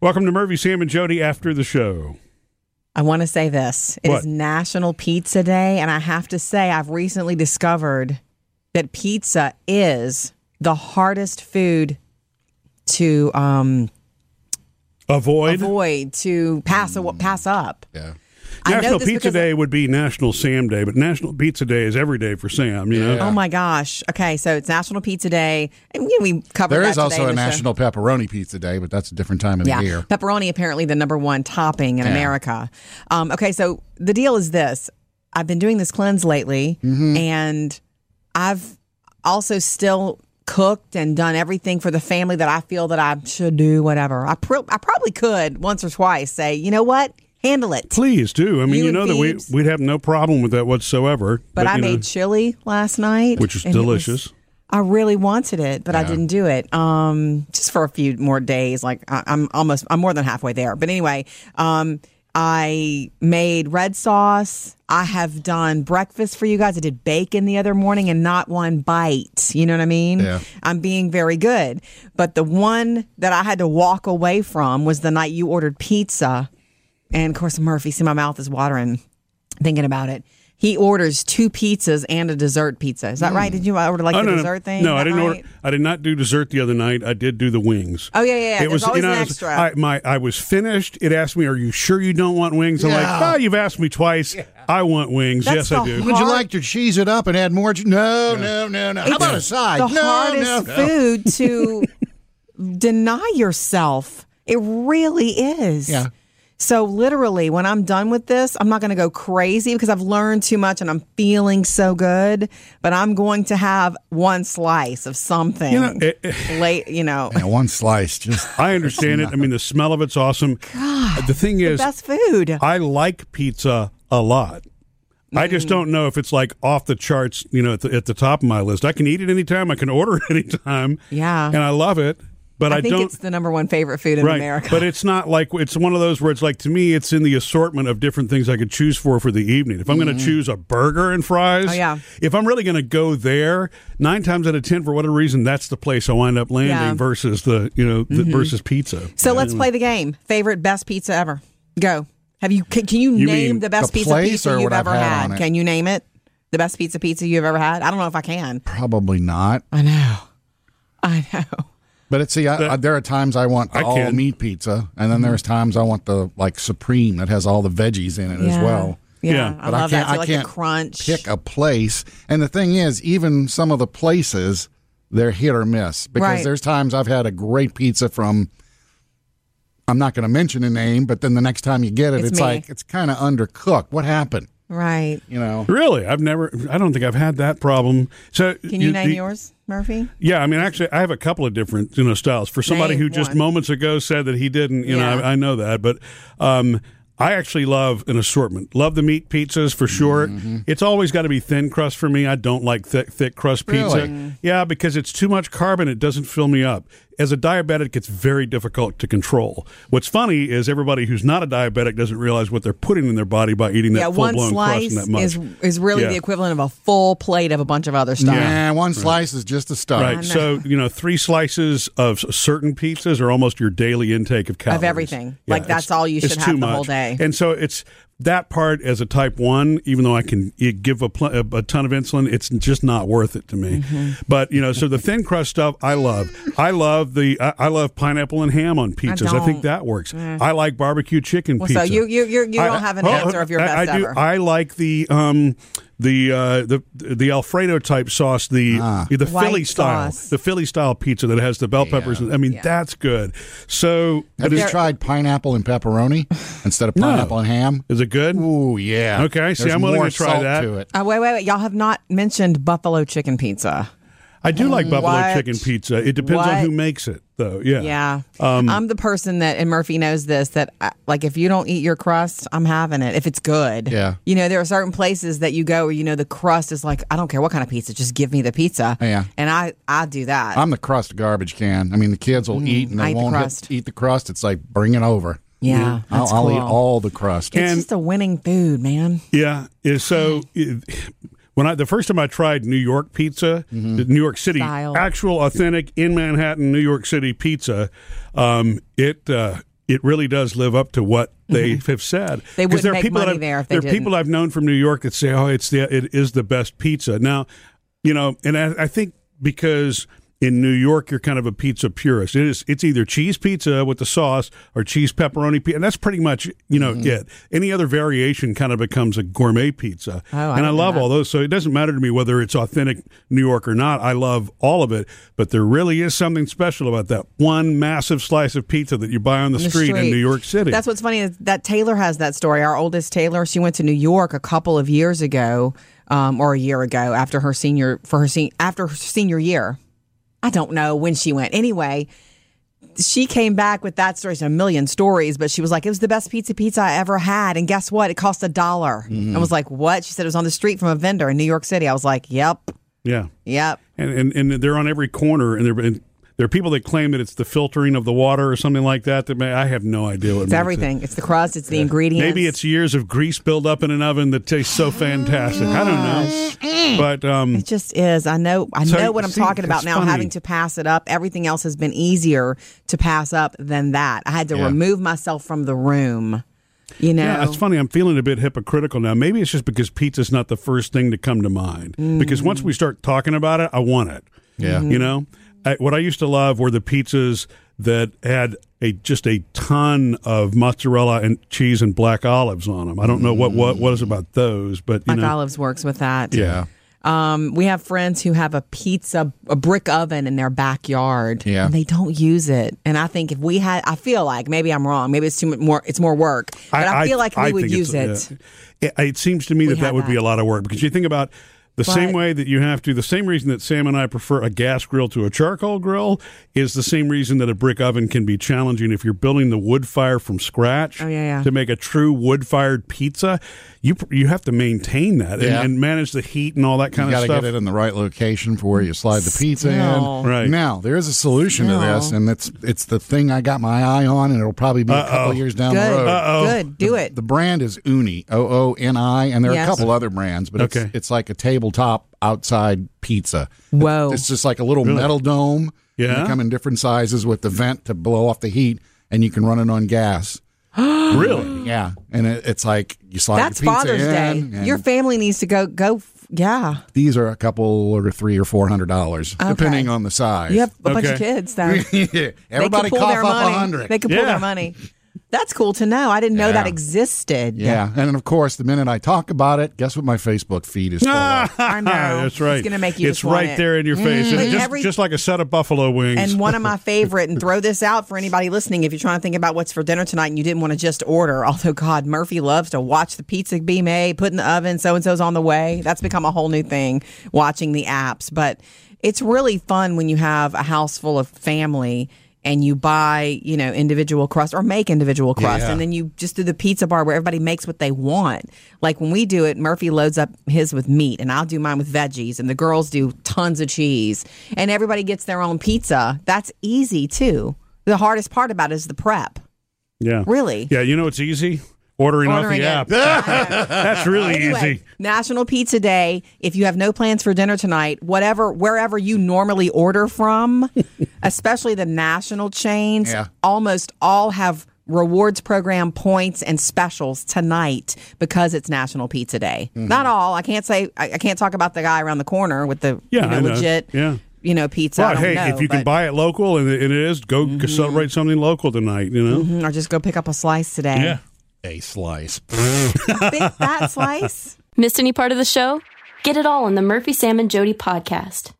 Welcome to Murphy, Sam, and Jody after the show. I want to say this. It is What? National Pizza Day, and I have to say, I've recently discovered that pizza is the hardest food to um, Avoid. avoid, to pass aw- pass up. Mm. Yeah. I know National this Pizza because- Day would be National Sam Day, but National Pizza Day is every day for Sam. You know, Oh my gosh! Okay, so it's National Pizza Day, and we, we covered. There that is also today a in the show. National Pepperoni Pizza Day, but that's a different time of Yeah, the year. pepperoni apparently the number one topping in Yeah. America. Um, okay, so the deal is this: I've been doing this cleanse lately, Mm-hmm. and I've also still cooked and done everything for the family that I feel that I should do. Whatever I, pro- I probably could once or twice say, you know what, handle it. please do. I mean, You you, and know that we Phoebes. we'd have no problem with that whatsoever. But I you know, made chili last night, Which is and it was- delicious. I really wanted it, but I didn't do it. Um, just for a few more days. Like I, I'm almost, I'm more than halfway there. But anyway, um, I made red sauce. I have done breakfast for you guys. I did bacon the other morning and not one bite. You know what I mean? Yeah. I'm being very good. But the one that I had to walk away from was the night you ordered pizza. And of course, Murphy, see, my mouth is watering thinking about it. He orders two pizzas and a dessert pizza. Is that right? Did you order like Oh, the no, no. dessert thing? No, I that didn't night? order. I did not do dessert the other night. I did do the wings. Oh, yeah, yeah, yeah. It There's was always you know, an I was- extra. I, my I was finished. It asked me, "Are you sure you don't want wings?" I'm like, Yeah. "Oh, you've asked me twice. I want wings. That's yes, the I do." hard- Would you like to cheese it up and add more? che- No, no, no, no. How about a It's side? The no, hardest no, no. food to deny yourself. It really is. Yeah. So literally, when I'm done with this, I'm not going to go crazy because I've learned too much and I'm feeling so good. But I'm going to have one slice of something. You know, it- it- late, you know, Yeah, one slice. Just I understand it. I mean, the smell of it's awesome. God, the thing is, that's food. I like pizza a lot. I just Mm. don't know if it's like off the charts, you know, at the, at the top of my list. I can eat it anytime. I can order it anytime. Yeah. And I love it, but I, I think don't. it's the number one favorite food in right. America. But it's not like, it's one of those where it's like, to me, it's in the assortment of different things I could choose for for the evening. If I'm going to choose a burger and fries, Mm. Oh, yeah. if I'm really going to go there, nine times out of 10, for whatever reason, that's the place I wind up landing Yeah. Mm-hmm. versus the, you know, the, versus pizza. So Mm. let's play the game. Favorite best pizza ever. Go. Have you? Can, can you, You mean name the best the pizza place pizza or you've what I've ever had had? on it? Can you name it? The best pizza pizza you've ever had? I don't know if I can. probably not. I know. I know. But it's see, I, I, there are times I want the I all can. meat pizza, and then there's Mm-hmm. times I want the like supreme that has all the veggies in it as well. Yeah, Yeah. I But I love that. can't- So I like can't the crunch. pick a place. And the thing is, even some of the places, they're hit or miss because Right. there's times I've had a great pizza from. I'm not going to mention a name, but then the next time you get it, It's it's, me. like it's kind of undercooked. What happened? Right. You know, Really, I've never. I don't think I've had that problem. So, Can you, name the- yours, Murphy? Yeah, I mean, actually, I have a couple of different you know styles. For somebody Name who just one. moments ago said that he didn't, you Yeah. know, I, I know that, but um, I actually love an assortment. Love the meat pizzas for sure. Mm-hmm. It's always got to be thin crust for me. I don't like thick thick crust pizza. Really? Yeah, because it's too much carb and it doesn't fill me up. As a diabetic, it's very difficult to control. What's funny is everybody who's not a diabetic doesn't realize what they're putting in their body by eating that yeah, full one blown crust slice and that much. is is really Yeah. the equivalent of a full plate of a bunch of other stuff. yeah, one slice is just a start. Right. So, you know, three slices of s- certain pizzas are almost your daily intake of calories. everything. Like, that's it's- all you it's should too have the whole much. day. And so it's that part as a type one, even though I can it give a, pl- a, a ton of insulin, it's just not worth it to me. Mm-hmm. But, you know, so the thin crust stuff, I love. I love the, I, I love pineapple and ham on pizzas. I, don't. think that works. I like barbecue chicken Well, so pizza. you- you- you- you I- don't oh, have an answer of your I- best I do. ever. I like the, um, the uh, the the Alfredo type sauce, the the White Philly style, sauce. the Philly style pizza that has the bell peppers. I mean, that's good. So, Have but you is, tried pineapple and pepperoni instead of pineapple and ham? is it good? Ooh, yeah. Okay, see, There's I'm willing to more try salt that. To it. Uh, wait, wait, wait. Y'all have not mentioned buffalo chicken pizza. I do like buffalo What? chicken pizza. It depends What? on who makes it, though. Yeah, Yeah. Um, I'm the person that, and Murphy knows this, that I, like if you don't eat your crust, I'm having it if it's good. Yeah. You know, there are certain places that you go where you know the crust is like, I don't care what kind of pizza, just give me the pizza. Yeah. And I, I do that. I'm the crust garbage can. I mean, the kids will eat and Mm, I they eat the won't hit- crust. eat the crust. It's like bring it over. Yeah, I'll, that's I'll cool. eat all the crust. it's And- just a winning food, man. yeah. Is- So. it- when I the first time I tried New York pizza, the New York City Mm-hmm. Style. actual authentic in Manhattan New York City pizza, um, it uh, it really does live up to what they have said. 'Cause Mm-hmm. wouldn't there are make people that money I've- there if they There are people didn't. I've known from New York that say, "Oh, it's the it is the best pizza." Now, you know, and I, I think because in New York you're kind of a pizza purist. It is it's either cheese pizza with the sauce or cheese pepperoni pizza, and that's pretty much you know Mm-hmm. it. Any other variation kind of becomes a gourmet pizza. Oh, I and I didn't know love that. all those. So it doesn't matter to me whether it's authentic New York or not. I love all of it, but there really is something special about that one massive slice of pizza that you buy on the, the street, in New York City. That's what's funny is that Taylor has that story. Our oldest Taylor, she went to New York a couple of years ago, um, or a year ago after her senior for her sen- after her senior year. I don't know when she went. Anyway, she came back with that story. It's a million stories, but she was like, "It was the best pizza pizza I ever had." And guess what? It cost a dollar. Mm-hmm. I was like, "What?" She said it was on the street from a vendor in New York City. I was like, "Yep, yeah. yep." and, and and they're on every corner, and they're and there are people that claim that it's the filtering of the water or something like that. That may, I have no idea what It's everything. It's the crust. It's the ingredients. Maybe it's years of grease buildup in an oven that tastes so fantastic. I Mm-hmm. don't know, but um, It just is. I know. I So, know what I'm see, talking about it's now. funny. Having to pass it up. Everything else has been easier to pass up than that. I had to Yeah. remove myself from the room. You know. yeah, it's funny. I'm feeling a bit hypocritical now. Maybe it's just because pizza's not the first thing to come to mind. Because once we start talking about it, I want it. Yeah. You know, I, what I used to love were the pizzas that had a just a ton of mozzarella and cheese and black olives on them. I don't know what what was about those, but you Like know, Olives works with that. Yeah. Um, we have friends who have a pizza, a brick oven in their backyard. Yeah. And they don't use it. And I think if we had, I feel like maybe I'm wrong. Maybe it's too much more. It's more work. But I, feel like we I would think use it's- it. yeah. It, it seems to me that that have would be that. a lot of work because you think about the same But- way that you have to, the same reason that Sam and I prefer a gas grill to a charcoal grill is the same reason that a brick oven can be challenging. If you're building the wood fire from scratch Oh, yeah, yeah. to make a true wood fired pizza, you pr- you have to maintain that and, Yeah. and manage the heat and all that kind you of got to stuff. get it in the right location for where you slide the pizza Still. in. Right. Now, there is a solution to this, Still. and it's it's the thing I got my eye on, and it'll probably be a couple of years down the Good. road. Good. Do it. The brand is Uni, O O N I, and there are Yes. a couple other brands, but Okay. it's, it's like a tabletop outside pizza. Whoa. It's just like a little metal dome. and Yeah? They come in different sizes with the vent to blow off the heat, and you can run it on gas. really? Yeah. And it, it's like you slide That's your pizza Father's in. Day. and Your family needs to go. Go. f- Yeah. these are a couple or three or four hundred dollars, depending on the size. You have a bunch of Okay. kids, though. They can Everybody pull cough their up a money. hundred. They can pull Yeah. their money. That's cool to know. I didn't know that Yeah. existed. Yeah. And then, of course, the minute I talk about it, guess what my Facebook feed is full of? I know. That's right. It's gonna make you It's just want right it. there in your face, But And just, every- just like a set of buffalo wings. And one of my favorite, and throw this out for anybody listening if you're trying to think about what's for dinner tonight and you didn't want to just order, although God, Murphy loves to watch the pizza be made, put in the oven, so and so's on the way. That's become a whole new thing, watching the apps. But it's really fun when you have a house full of family and you buy, you know, individual crust or make individual crust. And then you just do the pizza bar where everybody makes what they want. Like when we do it, Murphy loads up his with meat and I'll do mine with veggies and the girls do tons of cheese and everybody gets their own pizza. That's easy too. The hardest part about it is the prep. yeah. Really? Yeah. You know it's easy? Ordering, Ordering it. off the app. That's really Anyway, easy. National Pizza Day. If you have no plans for dinner tonight, whatever, wherever you normally order from, especially the national chains, Yeah. almost all have rewards program points and specials tonight because it's National Pizza Day. Mm-hmm. Not all. I can't say. I, I can't talk about the guy around the corner with the Yeah, you know, I know. legit. Yeah. You know, pizza. I But don't hey, know, if you can but- Mm-hmm. buy it local and it and it is, go celebrate something local tonight. You know, or just go pick up a slice today. yeah. A slice. Think that slice. Missed any part of the show? Get it all on the Murphy, Sam, and Jody podcast.